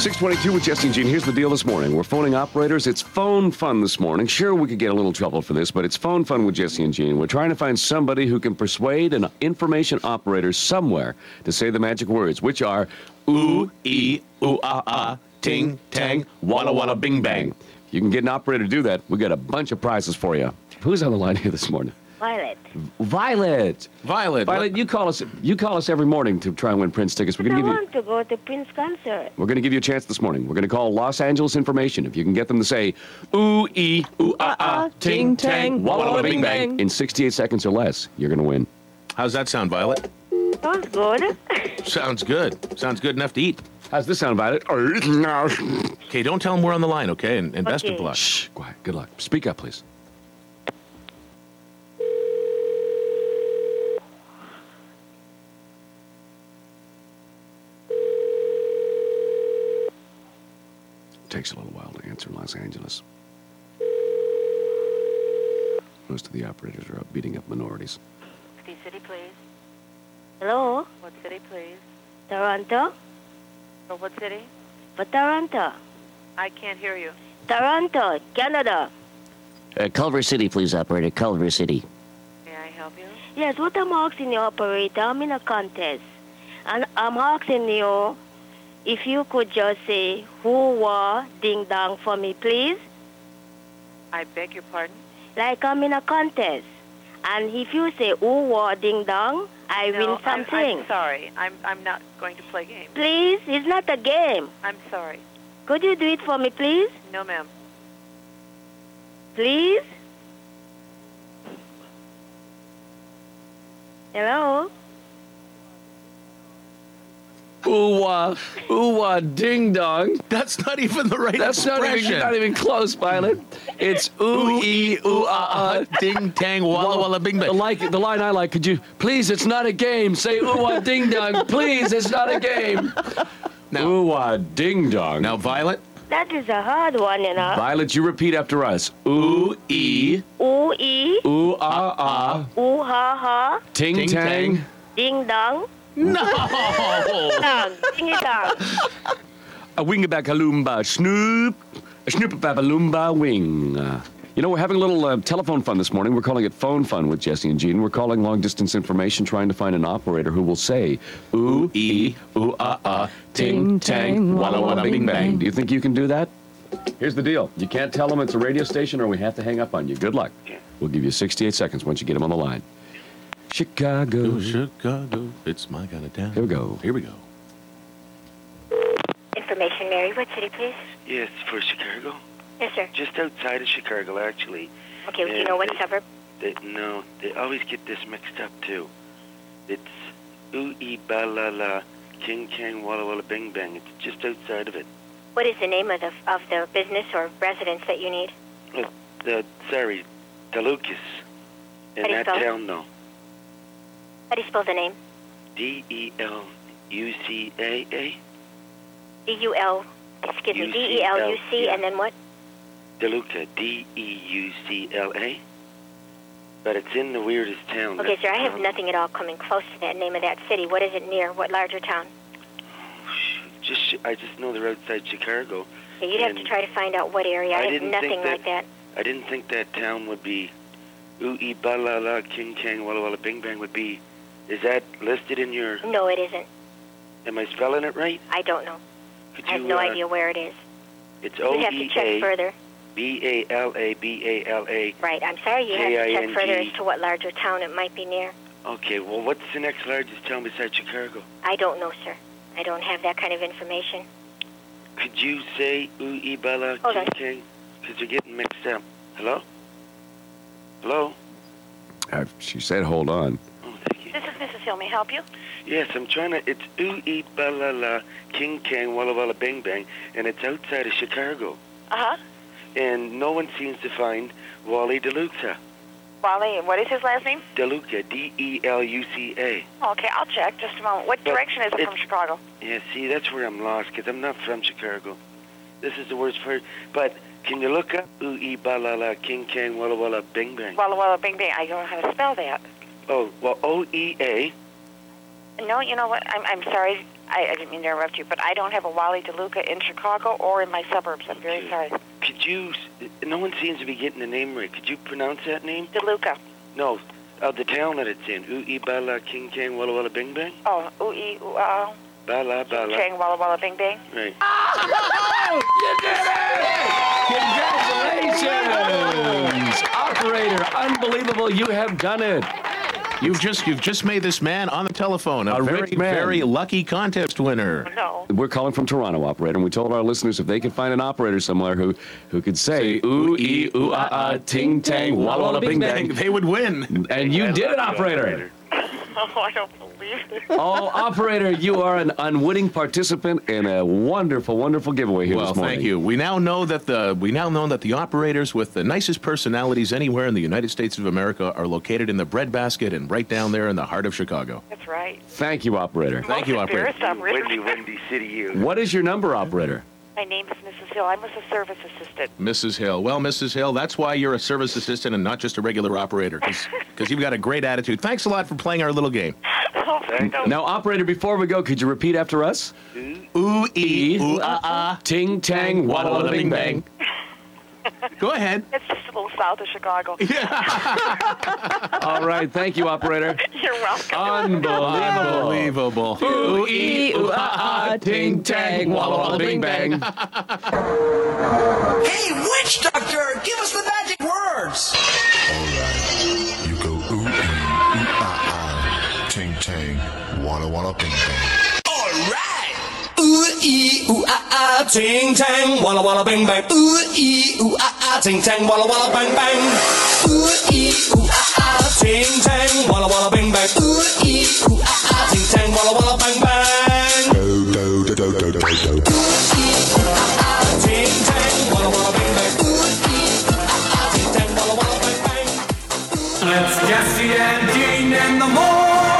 622 with Jesse and Gene. Here's the deal this morning. We're phoning operators. It's phone fun this morning. Sure, we could get a little trouble for this, but it's phone fun with Jesse and Gene. We're trying to find somebody who can persuade an information operator somewhere to say the magic words, which are ooh, ee, ooh, ah, ah, ting, tang, walla, walla, bing, bang. You can get an operator to do that. We got a bunch of prizes for you. Who's on the line here this morning? Violet. Violet. Violet. Violet, you call us. You call us every morning to try and win Prince tickets. We're I gonna give you. want to go to Prince concert. We're going to give you a chance this morning. We're going to call Los Angeles Information. If you can get them to say, ooh, ee, ooh, ah, ah, ting, tang, walla, walla, bing, bang, in 68 seconds or less, you're going to win. How's that sound, Violet? Sounds good. Sounds good. Sounds good enough to eat. How's this sound about it? Okay, don't tell them we're on the line, okay? And, and best of Okay. luck. Shh, quiet. Good luck. Speak up, please. Takes a little while to answer Los Angeles. Most of the operators are out beating up minorities. The city, please. Hello, What city, please? Toronto, Or what city? but Toronto, I can't hear you. Toronto, Canada. Uh, Culver City, please, operator. Culver City. May I help you? Yes, what I'm asking you, operator, I'm in a contest, and I'm asking you if you could just say who were ding dong for me, please. I beg your pardon? Like I'm in a contest, and if you say who were ding dong, I no, win I'm- something. I'm, sorry. I'm, I'm not going to play games. please, it's not a game. I'm sorry. Could you do it for me, please? No, ma'am. Please? Hello? Ooh, wah, ooh, wah, ding dong. That's not even the right That's not expression. E, even, not even close, Violet. It's ooh, ee, ooh, ah, ah, Ding tang walla walla bing The bang. like the line I like. Could you please? It's not a game. Say ooh ah ding dong. Please, it's not a game. Now- ooh ah ding dong. Now, Violet, That is a hard one, you know. Violet, you repeat after us. Ooh ee Ooh ee, ooh ah ah ooh ha ha, ting, Ting, tang. tang. ding dong, no. dong, ding dong. A wing about Kalumba, snoop, a snoop about Lumba wing. Uh, you know, we're having a little uh, telephone fun this morning. We're calling it phone fun with Jesse and Gene. We're calling long distance information, trying to find an operator who will say, ooh, E, ee, ooh, ah, ah, ting, tang, walla, walla, bing, bang. Do you think you can do that? Here's the deal you can't tell them it's a radio station or we have to hang up on you. Good luck. We'll give you 68 seconds once you get them on the line. Chicago. Chicago, it's my kind of town. Here we go. Here we go. Information, Mary. What city, please? Yes, for Chicago. Yes, sir. Just outside of Chicago, actually. Okay, do Yeah, you know what please. suburb? They, no, they always get this mixed up too. It's ooh ee ba la la, king kang walla walla bing bang. It's just outside of it. What is the name of the of the business or residence that you need? The sorry, Dalucas. In How do you that spell it? town though, How do you spell the name? D E L U C A A, D U L. Excuse me. D E L U C and then what? Deluca, D E U C L A. But it's in the weirdest town. Okay, that's sir. the I have problem. nothing at all coming close to that name of that city. What is it near? What larger town? Just Chi- I just know they're outside Chicago. Okay, you'd have to And- try to find out what area. I I, have didn't think nothing that- like that. I didn't think that town would be ooh ee ba la la king kang walla walla bing bang would be. Is that listed in your? No, it isn't. Am I spelling it right? I don't know. Could I have you, no uh, idea where it is. It's You'd O have to E check A further. B A L A B A L A. Right. I'm sorry. You have to check J-I-N-G. further as to what larger town it might be near. Okay. Well, what's the next largest town besides Chicago? I don't know, sir. I don't have that kind of information. Could you say ooh ee ba la Hold king on. kang? Because you're getting mixed up. Hello. Hello. Uh, she said, hold on. Oh, thank you. This is Mrs. Hill. May I help you? Yes, I'm trying to. It's ooh ee ba la la king kang walla walla bing bang, and it's outside of Chicago. Uh-huh. and no one seems to find Wally DeLuca. Wally, what is his last name? DeLuca, E D-E-L-U-C-A. Okay, I'll check. Just a moment. What But direction is it it's- from Chicago? Yeah, see, that's where I'm lost, 'cause I'm not from Chicago. This is the worst part. But Can you look up ooh ee ba la la king can walla walla bing bang? Walla Walla Bing Bing. I don't know how to spell that. Oh well O E A. No, you know what? I'm, I'm sorry. I, I didn't mean to interrupt you, but I don't have a Wally DeLuca in Chicago or in my suburbs. I'm very sorry. Could you? No one seems to be getting the name right. Could you pronounce that name? DeLuca. No, uh, the town that it's in. Ooh ee ba la king can walla walla bing bang. Oh, ooh, ee, ooh, ah, Ba la ba oh. la. Chang, Walla Walla Bing Bing. Right. Congratulations! Operator, unbelievable. You have done it. You've just you've just made this man on the telephone a, A very rich man. very lucky contest winner. No. We're calling from Toronto, operator, and we told our listeners if they could find an operator somewhere who, who could say, ooh, ee, ooh, ah, ah, ting, tang, walla, walla, bing, bang. They would win. And you did it, operator. Oh, I don't believe it. Oh, operator, you are an unwitting participant in a wonderful, wonderful giveaway here Well, this morning. thank you. We now know that the we now know that the operators with the nicest personalities anywhere in the United States of America are located in the breadbasket and right down there in the heart of Chicago. That's right. Thank you, operator. Thank you, Most operator. embarrassed I'm really- Windy, windy city, you. What is your number, operator? My name is Mrs. Hill. I'm a service assistant. Mrs. Hill. Well, Mrs. Hill, that's why you're a service assistant and not just a regular operator because you've got a great attitude. Thanks a lot for playing our little game. Thank you. Now, operator, before we go, could you repeat after us? Ooh, ee, Ee, ooh, ah, ah. Ting, tang, walla, walla, bing, bang. Go ahead. It's just a little south of Chicago. All right. Thank you, operator. You're welcome. Unbelievable. Unbelievable. Ooh, ee, ooh, ah, ah, ting, tang, walla, walla, bing, bang. Hey, witch doctor, give us the magic words. You go ooh, ooh, ooh ah, ah, ting, ting, walla, walla, bing, bang. All right. Ooh ee ooh ah ah, ting tang, walla walla bang bang. Ooh ee ooh ah ah, ting tang, walla walla bang bang. Ooh ee ooh ah ah, ting tang, walla walla bang bang. Ooh ee ooh ah ah, ting tang, walla walla bang bang. Do, do, ah, do, do, do, do, do. Ting tang, walla walla bang bang. Ooh ee ooh ah ah, ting tang, walla walla bang bang. Let's guess the ending in the morning.